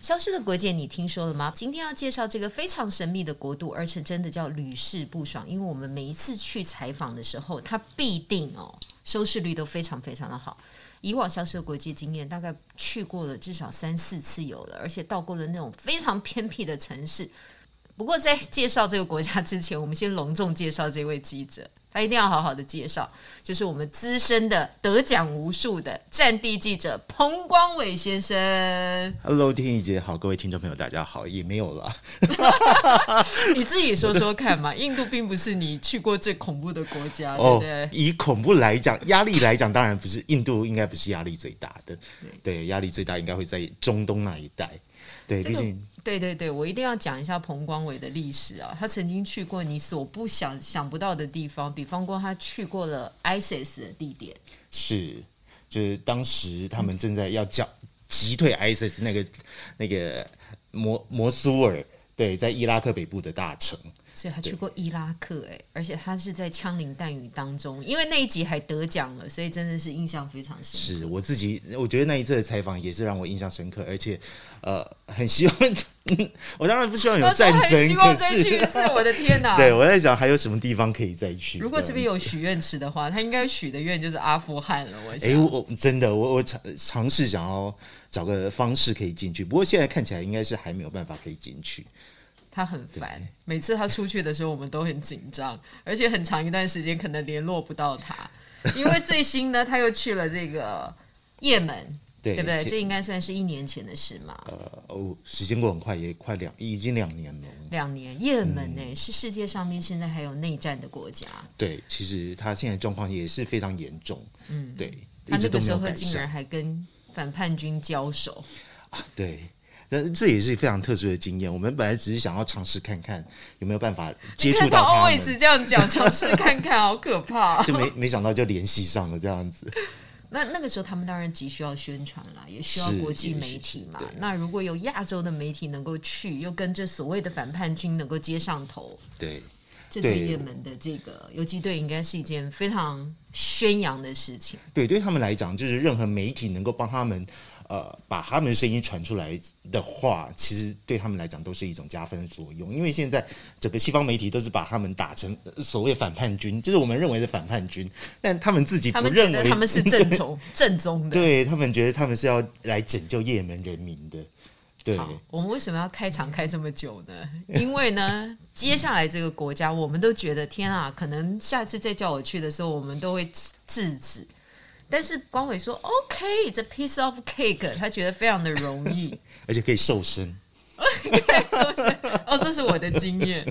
消失的国界你听说了吗？今天要介绍这个非常神秘的国度，而且真的叫屡试不爽，因为我们每一次去采访的时候，它必定哦收视率都非常非常的好。以往消失的国际经验，大概去过了至少三四次有了，而且到过了那种非常偏僻的城市。不过在介绍这个国家之前，我们先隆重介绍这位记者，他一定要好好的介绍，就是我们资深的、得奖无数的战地记者彭光伟先生。 Hello，天意姐好，各位听众朋友，大家好，也没有啊啦。 你自己说说看嘛， 印度并不是你去过最恐怖的国家，对不哦对，？以恐怖来讲，压力来讲，当然不是印度，应该不是压力最大的，对，压力最大应该会在中东那一带，对，这毕个竟对对对，我一定要讲一下彭光伟的历史啊。他曾经去过你所不想想不到的地方，比方过他去过了 ISIS 的地点，是，就是当时他们正在要剿击退 ISIS 那个那个摩摩苏尔，对，在伊拉克北部的大城，所以他去过伊拉克、哎，而且他是在枪林弹雨当中，因为那一集还得奖了，所以真的是印象非常深。是我自己，我觉得那一次的采访也是让我印象深刻，而且呃，很希望， 我当然不希望有我战很希争，望可再去一是。次，我的天哪！ 对，我在想还有什么地方可以再去。如果这边样有许愿池的话，他应该许的愿就是阿富汗了。我子，想，哎、我我真的我我尝尝试想要找个方式可以进去，不过现在看起来应该是还没有办法可以进去。他很烦，每次他出去的时候，我们都很紧张，而且很长一段时间可能联络不到他，因为最新呢，他又去了这个也门，对对不对？其这应该算是一年前的事嘛，呃哦，时间过很快，也快两已经两年了。两年。也门呢、欸嗯是世界上面现在还有内战的国家，对，其实他现在状况也是非常严重。嗯，对，一他那直都个没时有候改竟然善。还跟反叛军交手。对。但这也是非常特殊的经验。我们本来只是想要尝试看看有没有办法接触看到他 always 们，这样讲，尝试看看，好可 怕、就没没想到就联系上了这样子。那那个时候，他们当然急需要宣传啦，也需要是国际也媒是体嘛是对。那如果有亚洲的媒体能够去，又跟这所谓的反叛军能够接上头，对，这对对也门的这个游击队应该是一件非常宣扬的事情。对，对他们来讲，就是任何媒体能够帮他们，呃，把他们的声音传出来的话，其实对他们来讲都是一种加分作用。因为现在整个西方媒体都是把他们打成呃所谓反叛军，就是我们认为的反叛军，但他们自己他不们觉认得为他们是正宗 正宗的。 对他们觉得他们是要来拯救也门人民的。对，好，我们为什么要开场开这么久呢？ 因为呢，接下来这个国家，我们都觉得天啊，可能下次再叫我去的时候，我们都会制制止。但是光伟说 OK，这 piece of cake，他觉得非常的容易， 而且可以瘦身。是不是？哦，这是我的经验。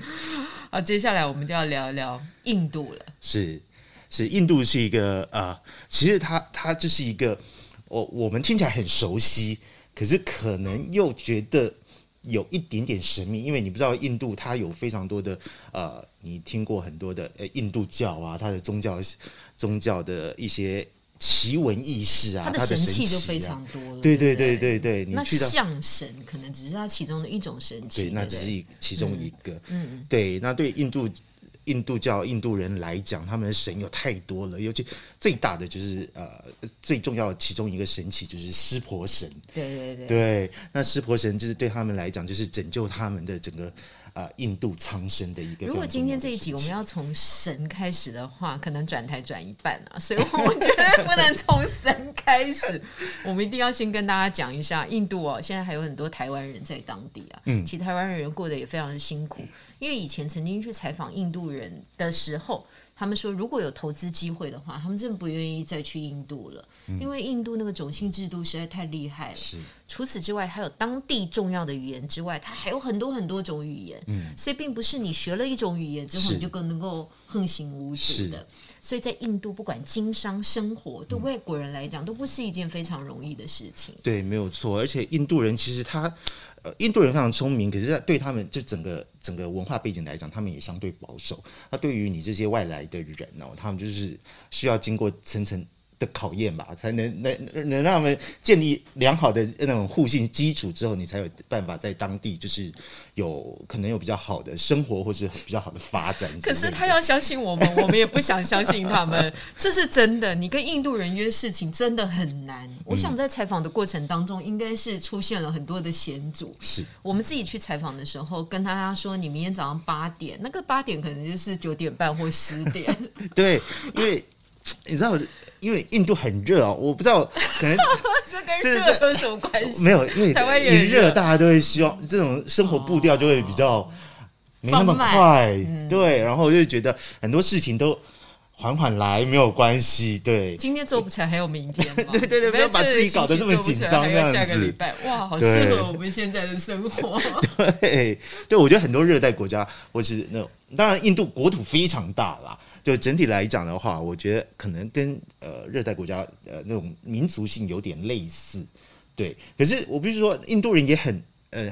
好，接下来我们就要聊一聊印度了。是是，印度是一个呃，其实它它就是一个我我们听起来很熟悉，可是可能又觉得有一点点神秘，因为你不知道印度它有非常多的呃，你听过很多的呃印度教啊，它的宗教宗教的一些奇闻异事啊，他它的神神器啊就非常多了，对对对不对。对对，你那去到象神可能只是它其中的一种神器，对，那对不只对是一其中一个。嗯，对，那对印度印度教印度人来讲，他们的神有太多了，尤其最大的就是呃最重要的其中一个神奇就是湿婆神。对对对。对，那湿婆神就是对他们来讲，就是拯救他们的整个呃印度苍生的一个。如果今天这一集我们。要从神开始的话，可能转台转一半啊，所以我觉得不能从神开始，我们一定要先跟大家讲一下，印度哦，现在还有很多台湾人在当地啊，嗯，其实台湾人过得也非常的辛苦，因为以前曾经去采访印度人的时候。他们说，如果有投资机会的话，他们真的不愿意再去印度了，因为印度那个种姓制度实在太厉害了。嗯是除此之外，还有当地重要的语言之外，它还有很多很多种语言。嗯，所以并不是你学了一种语言之后，是你就更能够横行无阻是嗯的。所以在印度，不管经商、生活，对外国人来讲，都不是一件非常容易的事情。对，没有错。而且印度人其实他，呃，印度人非常聪明，可是他对他们就整个整个文化背景来讲，他们也相对保守。那对于你这些外来的人哦，他们就是需要经过层层的考验吧，才能能能让他们建立良好的那种互信基础之后，你才有办法在当地就是有可能有比较好的生活，或是比较好的发展之类的。可是他要相信我们，我 们也不想相信他们，这是真的。你跟印度人约事情真的很难。我想在采访的过程当中，应该是出现了很多的险阻。是我们自己去采访的时候，跟大家说，你明天早上八点，那个八点可能就是九点半或十 点。对，因为你知道，因为印度很热哦，我不知道可能这跟这热有什么关系？没有，因 为台湾也一很热哦热，大家都会希望这种生活步调就会比较没那么放慢嗯快，对，然后就觉得很多事情都缓缓来没有关系，对，今天做不成还有明天嘛？ 对对对不不要要把自己搞得这么紧张还有下个这样子礼拜，哇，好对适合我们现在的生活。 对，对，我觉得很多热带国家或是那种，当然印度国土非常大啦。就整体来讲的话，我觉得可能跟呃热带国家呃那种民族性有点类似，对。可是我必须说，印度人也很呃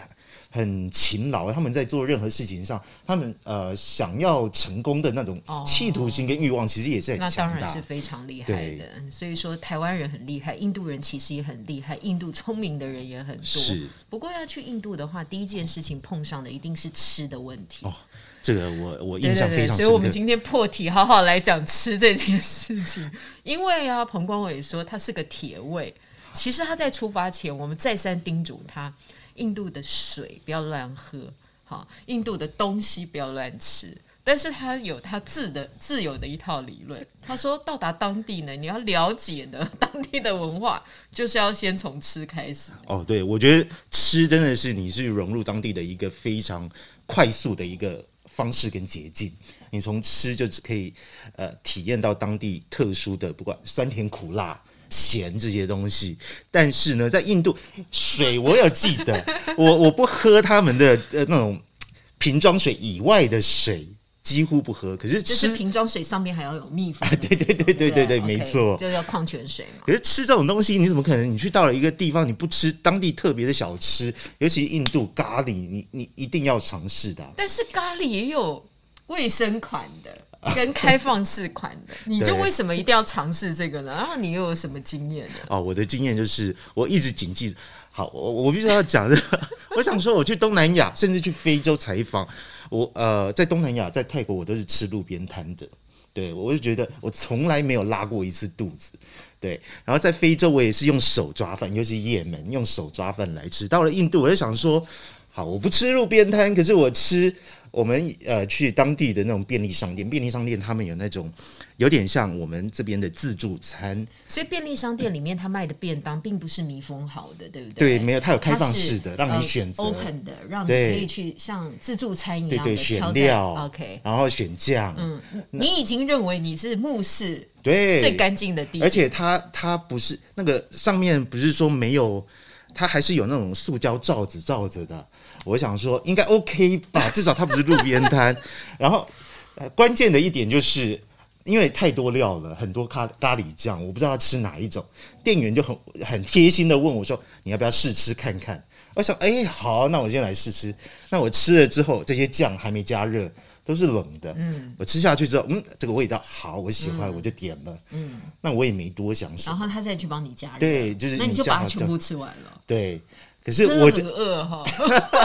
很勤劳，他们在做任何事情上，他们呃想要成功的那种哦企图心跟欲望，其实也是那很当强然大是。非常厉害的。所以说，台湾人很厉害，印度人其实也很厉害，印度聪明的人也很多。是不过要去印度的话，第一件事情碰上的一定是吃的问题。哦，这个我我对印对象对，非常所深以刻。我们今天破题，好好来讲吃这件事情。 因为啊，彭光伟说他是个铁胃，其实他在出发前，我们再三叮嘱他，印度的水不要乱喝，好，印度的东西不要乱吃。但是他有他自的自有的一套理论，他说到达当地呢，你要了解呢当地的文化，就是要先从吃开始。哦，对，我觉得吃真的是你是融入当地的一个非常快速的一个方式跟捷径。你从吃就只可以呃体验到当地特殊的，不管酸甜苦辣。咸这些东西，但是呢，在印度水我有记得，我我不喝他们的呃那种瓶装水以外的水，几乎不喝。可是就吃是瓶装水上面还要有密封的那种，对 对对对对对不没 OK，错就叫矿泉水嘛。可是吃这种东西，你怎么可能？你去到了一个地方，你不吃当地特别的小吃，尤其印度咖喱，你你一定要尝试的啊、但是咖喱也有卫生款 的，跟开放式款的，你就为什么一定要尝试这个呢？然后你又有什么经验呢？哦，我的经验就是，我一直谨记。好，我我必须要讲这个。我想说，我去东南亚，甚至去非洲采访，我呃，在东南亚，在泰国，我都是吃路边摊的。对，我就觉得我从来没有拉过一次肚子。对，然后在非洲，我也是用手抓饭，尤其也门用手抓饭来吃。到了印度，我就想说，好，我不吃路边摊，可是我吃我们呃去当地的那种便利商店。便利商店他们有那种有点像我们这边的自助餐，所以便利商店里面他卖的便当并不是密封好的，对不对，对？没有，它有开它放是式的，让你选择，呃 open 的，让你可对以去像自助餐一对样的对，挑选在料 OK，然后选酱，嗯，你已经认为你是目视对，最干净的地而方，且它它不是那个上面不是说没有，它还是有那种塑胶罩子罩着的。我想说应该 OK 吧，至少它不是路边摊。然后、呃关键的一点就是。因为太多料了，很多咖咖喱酱，我不知道要吃哪一种。店员就很很贴心的问我说：“你要不要试吃看看？”我想，哎，好，那我先来试吃。那我吃了之后，这些酱还没加热，都是冷的。嗯，我吃下去之后，嗯，这个味道好，我喜嗯欢，我就点了。那我也没多想什然么。后他再去帮你加热，对就是那你你就加把它好全酱部吃完了，对，可是啊真的我觉，很饿哦 哈。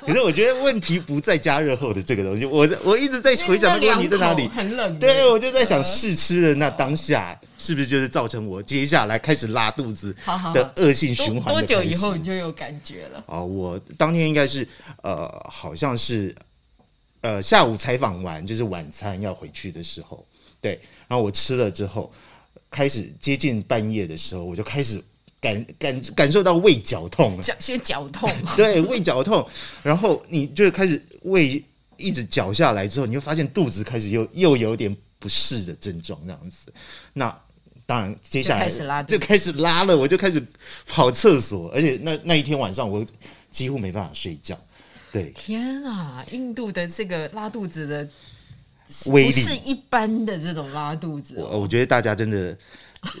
可是我觉得问题不在加热后的这个东西，我在我一直在回想那那个问题在哪两里口。嗯很冷，对，我就在想试吃的那当下，是不是就是造成我接下来开始拉肚子好好好的恶性多循环多的久开以后始你就有感觉了？哦，我当天应该是呃，好像是呃下午采访完，就是晚餐要回去的时候，对，然后我吃了之后，开始接近半夜的时候，我就开始感感感受到胃绞痛了，脚先绞 痛，对，胃绞痛，然后你就开始胃一直绞下来之后，你就发现肚子开始又又有点不适的症状这样子。那当然，接下就来开始拉肚子就开始拉了，我就开始跑厕所，而且那那一天晚上我几乎没办法睡觉。对，天啊！印度的这个拉肚子的，威不力是一般的这种拉肚子哦、我我觉得大家真的，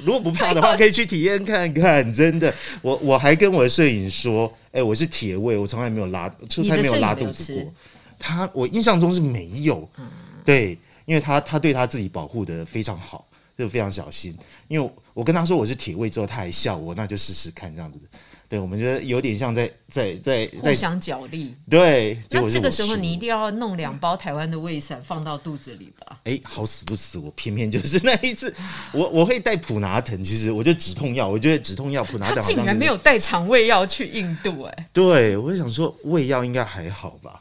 如果不怕的话，可以去体验看看。真的，我我还跟我的摄影说，哎、我是铁胃，我从来没有拉出差没有拉肚子你的摄影没有吃过。嗯他我印象中是没有，对，因为他他对他自己保护的非常好。就非常小心。因为我跟他说我是铁胃之后，他还笑我，那就试试看这样子。对，我们觉得有点像在在在互在相角力。对。结那果是这个我时候输你一定要弄两包台湾的胃散放到肚子里吧？哎，好死不死，我偏偏就是那一次， 我我会带普拿疼，其实我就止痛药，我觉得止痛药普拿他疼好像竟然就是没有带肠胃药去印度、哎，对，我就想说胃药应该还好吧。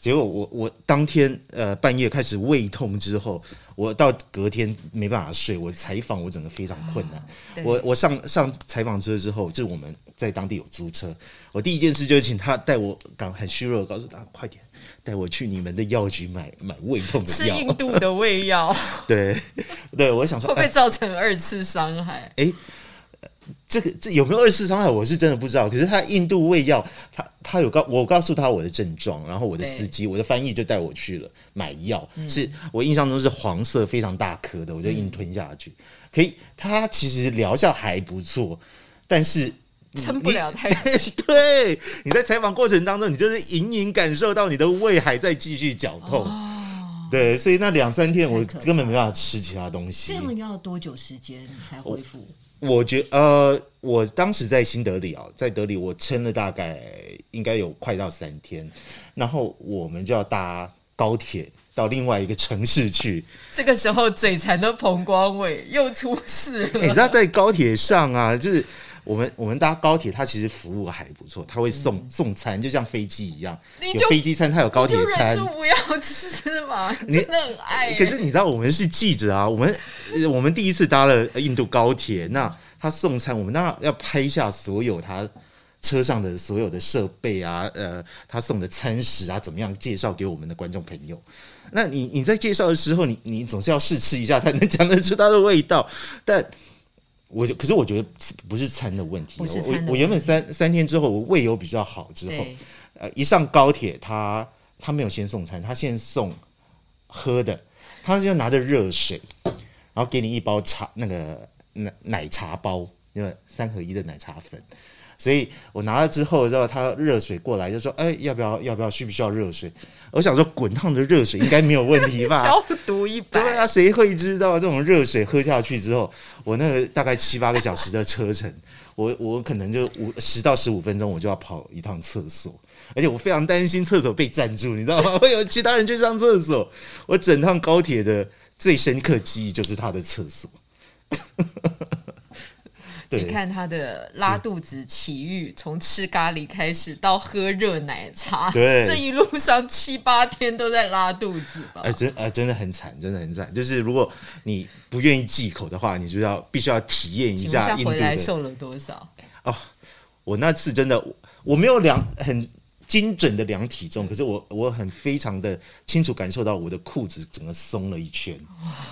结果我我当天呃半夜开始胃痛之后，我到隔天没办法睡，我采访我整个非常困难。对我我上上采访车之后，就是我们在当地有租车，我第一件事就是请他带我，赶很虚弱，告诉他快点带我去你们的药局买买胃痛 的吃药。印度的胃 药会对 对，我想说不哎会造成二次伤害？这个这有没有二次伤害，我是真的不知道。可是他印度胃药，他他有告我告诉他我的症状，然后我的对嗯司机我的翻译就带我去了买药，是我印象中是黄色非常大颗的，我就硬吞下去。可以，他其实疗效还不错，但是撑嗯不了 太久。对你在采访过程当中，你就是隐隐感受到你的胃还在继续绞痛。对，所以那两三天我哦太可怕根本没办法吃其他东西。这样要多久时间才恢复？我觉呃，我当时在新德里啊，在德里我撑了大概应该有快到三天，然后我们就要搭高铁到另外一个城 市去。这个时候嘴馋的彭光伟又出事诶你了。知道在高铁上啊，就是我们我们搭高铁，它其实服务还不错，它会送、送餐，就像飞机一样，嗯你有就飞机餐，它有高铁就餐忍。住不要吃嘛， 你真的很爱、可是你知道我们是记者啊，我们呃我们第一次搭了印度高铁，那他送餐，我们当然要拍下所有他车上的所有的设备啊，呃，他送的餐食啊，怎么样介绍给我们的观众朋友。那你你在介绍的时候，你你总是要试吃一下才能讲得出它的味道，但。我就可是我觉得不是餐的问题，哦不是餐的问我题我原本三三天之后我胃有比较好之后，对，呃，一上高铁，他他没有先送餐，他先送喝的，他就拿着热水，然后给你一包茶那个奶奶茶包，那个三合一的奶茶粉。所以我拿了之后，然后他热水过来就说：“哎、要不要？要不要？需不需要热水？”我想说，滚烫的热水应该没有问题吧？消毒一百。对啊，谁会知道这种热水喝下去之后，我那个大概七八个小时的 车程，我我可能就五十到十五分钟我就要跑一趟厕所，而且我非常担心厕所被占住，你知道吗？ 会有其他人去上厕所。我整趟高铁的最深刻记忆就是他的厕所。 对你，看他的拉肚子起欲，从吃咖喱开始到喝热奶茶，对这一路上七八天都在拉肚子吧哎、。真哎、真的很惨，真的很惨。就是如果你不愿意忌口的话，你就要必须要体验一请问一下下印度回来的瘦了多少？我那次真的，我我没有量很精准的量体重，可是我我很非常的清楚感受到我的裤子整个松了一圈，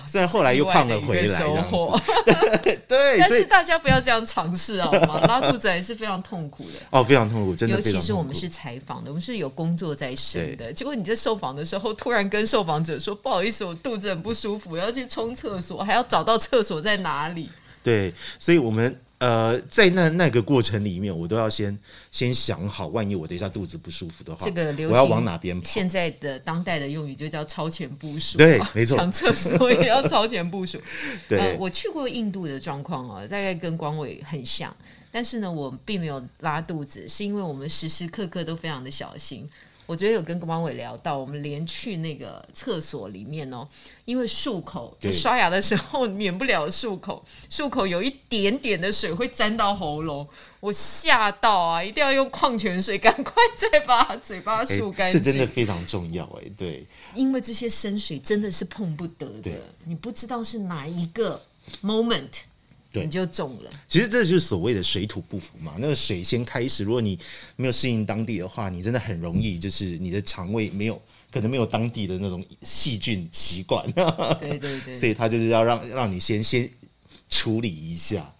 虽然后来又胖了回来意外的这一个收样子。 获，对，但所是以大家不要这样尝试好吗？拉肚子还是非常痛苦的。哦，非常痛苦，真的尤非其常是我痛们苦。是采访的，我们是有工作在身的。结果你在受访的时候，突然跟受访者说：“不好意思，我肚子很不舒服，要去冲厕所，还要找到厕所在哪里。对，所以我们呃，在那那个过程里面，我都要先先想好，万一我等一下肚子不舒服的话，这个流行我要往哪边跑？现在的当代的用语就叫超前部署，对没错抢厕所也要超前部署。 对、呃，我去过印度的状况哦，大概跟光伟很像，但是呢，我并没有拉肚子，是因为我们时时刻刻都非常的小心。我昨天有跟光伟聊到，我们连去那个厕所里面哦，因为漱口，就对刷牙的时候 免不了漱口，漱口有一点点的水会沾到喉咙，我吓到啊！一定要用矿泉水，赶快再把嘴巴哎漱干这净。真的非常重要哎、对。因为这些深水真的是碰不得的对，你不知道是哪一个 moment，对你就中了。其实这就是所谓的水土不服嘛。那个水先开始，如果你没有适应当地的话，你真的很容易就是你的肠胃没有，可能没有当地的那种细菌习惯，对对对， 所以他就是要让让你先先处理一下。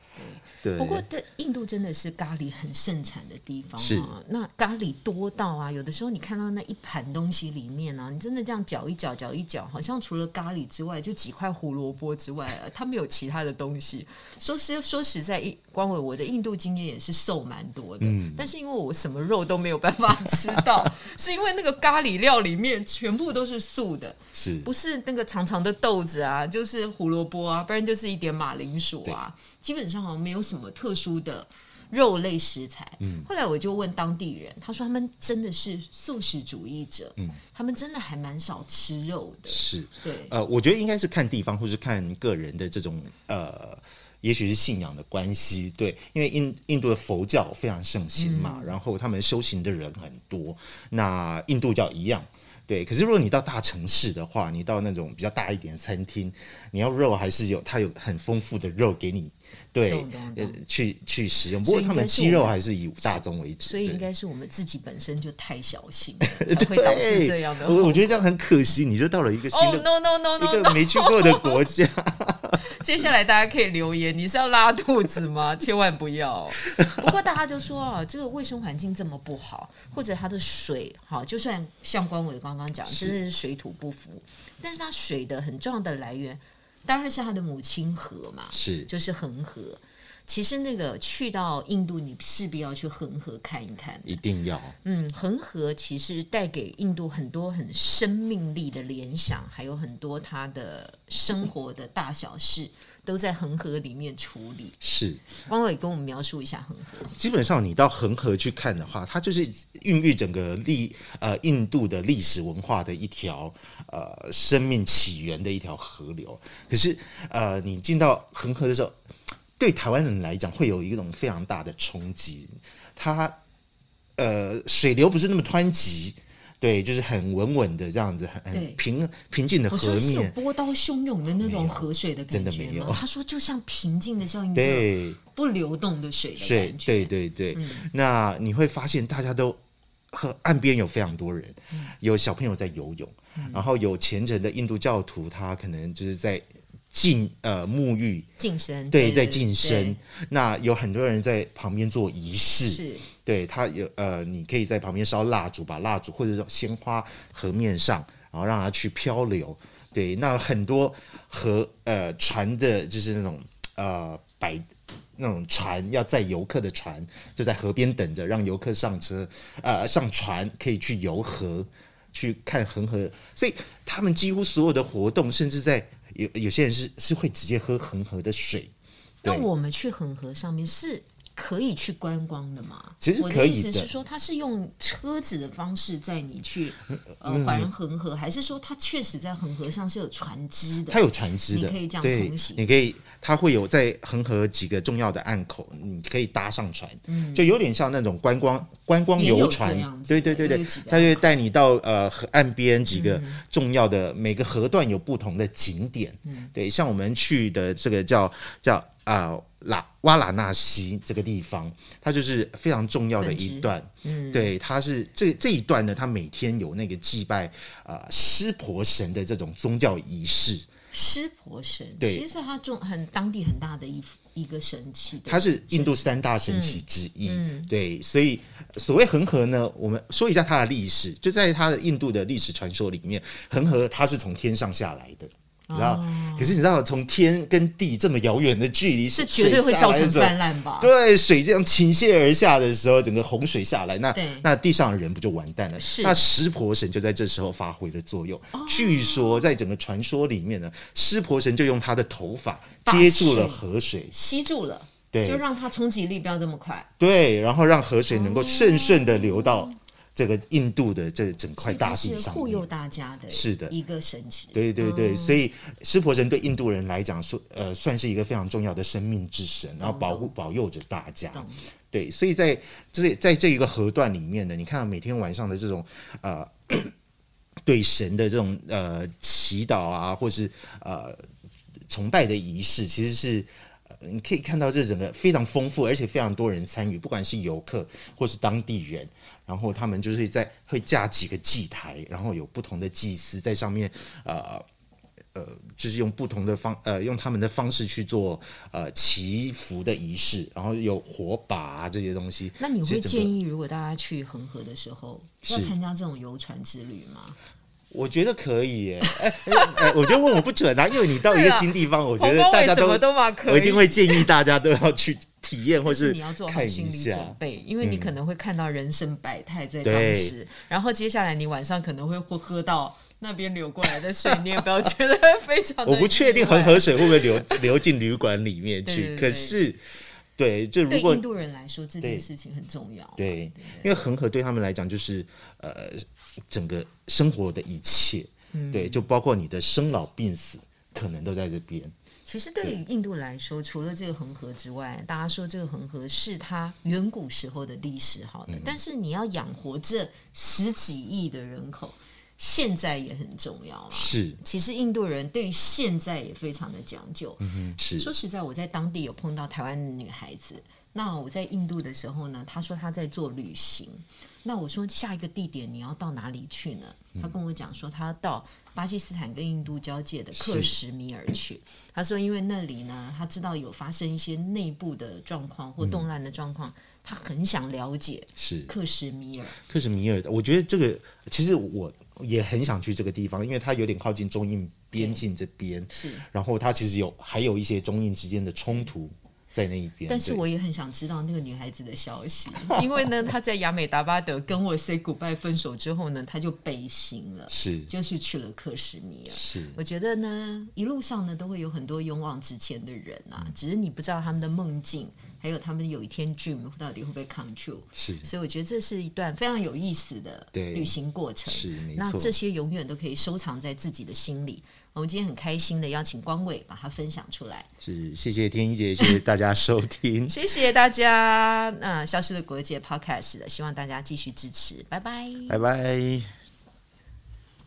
对，不过，这印度真的是咖喱很盛产的地方是啊。那咖喱多到啊，有的时候你看到那一盘东西里面啊，你真的这样搅一搅，搅一搅，好像除了咖喱之外，就几块胡萝卜之外、啊，它没有其他的东西。说实说实在，一光伟我的印度经验也是瘦蛮多的，嗯但是因为我什么肉都没有办法吃 到，是因为那个咖喱料里面全部都是素的。是不是那个长长的豆子啊，就是胡萝卜啊，不然就是一点马铃薯啊，基本上好像没有什么特殊的肉类食材。嗯后来我就问当地人，他说他们真的是素食主义者，嗯他们真的还蛮少吃肉的。是，对，呃，我觉得应该是看地方，或是看个人的这种呃，也许是信仰的关系。对，因为印印度的佛教非常盛行嗯嘛，然后他们修行的人很多，那印度教一样。对，可是如果你到大城市的话，你到那种比较大一点的餐厅，你要肉还是有，它有很丰富的肉给你，对懂懂，呃懂去去使用。不所以过他应们该是鸡我肉们还是以大宗为主，所以对应 该是我们自己本身就太小心了，才会导致这样的后哎我果。我觉得这样很可惜，你就到了一个新哦、的、 no no no 一 no 个 no！没去过的国家。 接下来大家可以留言，你是要拉肚子吗？ 千万不要哦。不过大家就说啊，这个卫生环境这么不好，或者它的水好，就算像关伟刚刚讲，真的是水土不服，但是它水的很重要的来源当然是它的母亲河嘛，是就是恒河。其实那个去到印度，你势必要去恒河看一看。一定要嗯，恒河其实带给印度很多很生命力的联想，还有很多他的生活的大小事都在恒河里面处理。是，光伟跟我们描述一下恒河，基本上你到恒河去看的话，它就是孕育整个历呃印度的历史文化的一条呃生命起源的一条河流。可是呃，你进到恒河的时候，对台湾人来讲会有一种非常大的冲击，它呃水流不是那么湍急。对，就是很稳稳的这样子，很对很平平静的我河说是嗯有面，波涛汹涌的那种没有河水的感觉真的吗没有他说就像平静的像一个对，不流动的水的水感，觉。对对对。那你会发现大家都和岸边有非常多人，有小朋友在游泳，然后有虔诚的印度教徒，他可能就是在浸呃沐浴，净身对，在净身。那有很多人在旁边做仪式，是对它有呃，你可以在旁边烧蜡烛，把蜡烛或者是鲜花河面上，然后让它去漂流。对，那很多河呃船的，就是那种呃摆那种船要载游客的船，就在河边等着，让游客上车呃上船，可以去游河，去看恒河。所以他们几乎所有的活动，甚至在有有些人是是会直接喝恒河的水。那对我们去恒河上面是可以去观光的吗？其实我可的以意思的是说，它是用车子的方式载你去呃嗯环恒河，还是说它确实在恒河上是有船只的？它有船只的，你可以这样对同行，你可以，它会有在恒河几个重要的岸口，你可以搭上船，就有点像那种观光观光嗯也有啊游这船样，子对的对对也有对几，个嗯它就会带你到呃河岸边几个重要的，每个河段有不同的景点，对，像我们去的这个叫叫啊。拉瓦拉纳西这个地方，它就是非常重要的分一支段，嗯对，它是这这一段呢，它每天有那个祭拜呃湿婆神的这种宗教仪式，湿婆神，对其实它重很当地很大的一一个神器。对嗯它是印度三大神奇之一，对，所以所谓恒河呢，我们说一下它的历史，就在它的印度的历史传说里面，恒河它是从天上下来的，你知道？可是你知道，从天跟地这么遥远的距离，哦是绝对会造成水下来的时候泛滥吧？对，水这样倾泻而下的时候，整个洪水下来，那对那地上的人不就完蛋了？是哦那湿婆神就在这时候发挥了作用。据说在整个传说里面呢，湿婆神就用他的头发把接住了水河水，吸住了，对，就让它冲击力不要这么快。对，然后让河水哦能够顺顺的流到这个印度的这整块大所以地哦它是上护面佑。大家的，哦是的一个神奇。对对对，所以湿婆神对印度人来讲，说呃算是一个非常重要的生命之神，然后保护保佑着大家。对，所以在这在这一个河段里面呢，你看到每天晚上的这种呃 对神的这种呃祈祷啊，或是呃崇拜的仪式，其实是。呃你可以看到这整个非常丰富，而且非常多人参与，不管是游客或是当地人，然后他们就是在会架几个祭台，然后有不同的祭司在上面呃呃，就是用不同的方呃，用他们的方式去做呃祈福的仪式，然后有火把、 啊、这些东西。那你其会实整个建议，如果大家去恒河的时候，要是参加这种游船之旅吗？我觉得可以耶， 哎哎哎我觉得问我不准啊，因为你到一个对啊新地方，我觉红得光大为家什都么都嘛可以，我一定会建议大家都要去体验或是你要做好看心一理准下。备，因为你嗯可能会看到人生百态在对当时，然后接下来你晚上可能会喝喝到那边流过来的 水，你也不要觉得非常的我不确定恒意外河水会不会流流进旅馆里面对对去，对可是对，就如对果印度人来说这件对事情很重要。对，因为恒河对他们来讲就是呃整个生活的一切，嗯对，就包括你的生老病死，可能都在这边。其实对于印度来说，除了这个恒河之外，大家说这个恒河是它远古时候的历史好嗯了，但是你要养活这十几亿的人口，现在也很重要啊。是其实印度人对于现在也非常的讲究，嗯是说实在，我在当地有碰到台湾的女孩子。那我在印度的时候呢，她说她在做旅行。那我说下一个地点你要到哪里去呢？她跟我讲说她要到巴基斯坦跟印度交界的克什米尔去。她说因为那里呢，她知道有发生一些内部的状况或动乱的状况，她很想了解是克什米尔。克什米尔，我觉得这个其实我也很想去这个地方，因为它有点靠近中印边境这边，是，然后它其实有还有一些中印之间的冲突在那一边。但是对我也很想知道那个女孩子的消息， 因为呢，她在雅美达巴德跟我 say goodbye 分手之后呢，她就北行了。是就是去了克什米尔。是我觉得呢，一路上呢都会有很多勇往直前的人嗯啊，只是你不知道他们的梦境，还有他们有一天 dream 到底会不会 come true。是所以我觉得这是一段非常有意思的对旅行过程。是没那错这些永远都可以收藏在自己的心里。我们今天很开心的邀请光伟把它分享出来，，是，谢谢天一姐，谢谢大家收 听谢谢大家。那、消失的国界 Podcast，希望大家继续支持，拜拜。拜拜。